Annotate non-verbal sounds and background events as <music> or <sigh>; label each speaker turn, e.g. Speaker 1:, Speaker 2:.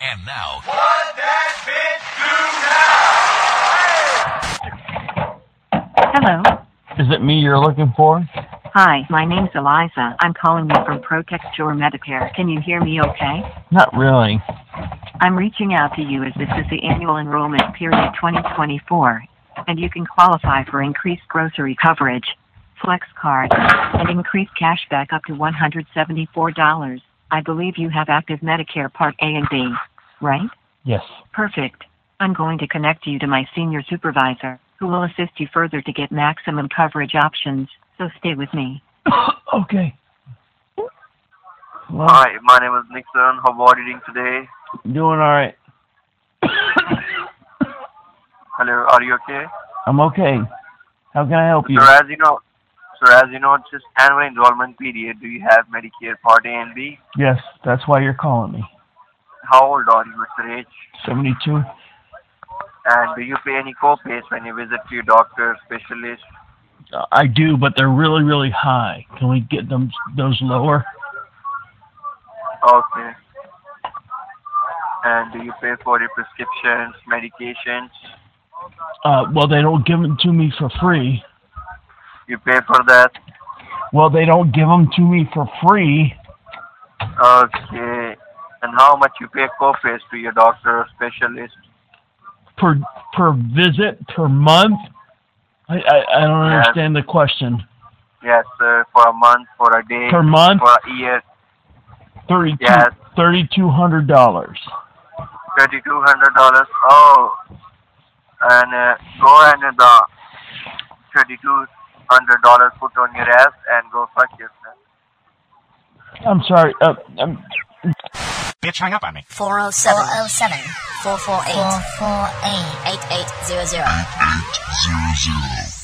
Speaker 1: And now,
Speaker 2: What that bitch do now?
Speaker 3: Hello.
Speaker 4: Is it me you're looking for?
Speaker 3: Hi, my name's Eliza. I'm calling you from Protect Your Medicare. Can you hear me okay?
Speaker 4: Not really.
Speaker 3: I'm reaching out to you as this is the annual enrollment period 2024, and you can qualify for increased grocery coverage, flex card, and increased cash back up to $174. I believe you have active Medicare Part A and B, right?
Speaker 4: Yes.
Speaker 3: Perfect. I'm going to connect you to my senior supervisor, who will assist you further to get maximum coverage options, so stay with me.
Speaker 4: <coughs> okay. Well,
Speaker 5: Hi, my name is Nixon. How are you doing today?
Speaker 4: doing all right.
Speaker 5: Hello, are you okay?
Speaker 4: I'm okay. How can I help you?
Speaker 5: So as you know, so as you know, it's just annual enrollment period. Do you have Medicare Part A and B?
Speaker 4: Yes, that's why you're calling me.
Speaker 5: How old are you, Mr. H?
Speaker 4: 72.
Speaker 5: And do you pay any co-pays when you visit to your doctor, specialist?
Speaker 4: Uh, I do, but they're really, really high. Can we get them those lower?
Speaker 5: Okay. And do you pay for your prescriptions, medications?
Speaker 4: Uh, well, they don't give them to me for free.
Speaker 5: You pay for that?
Speaker 4: Well, they don't give them to me for free.
Speaker 5: Okay. And how much you pay co-pays to your doctor or specialist?
Speaker 4: per per visit per month? I I, I don't
Speaker 5: Yeah.
Speaker 4: understand the question.
Speaker 5: Yes, sir. For a month, for a day,
Speaker 4: Per month,
Speaker 5: for a year.
Speaker 4: thirty two
Speaker 5: Yes.
Speaker 4: thirty two hundred dollars.
Speaker 5: thirty-two hundred dollars. Oh, and uh, go and uh, the thirty-two hundred dollars put on your ass and go fuck yourself.
Speaker 4: I'm sorry. Uh, I'm,
Speaker 1: bitch hang up on me.
Speaker 6: 407 407 448 448 8800.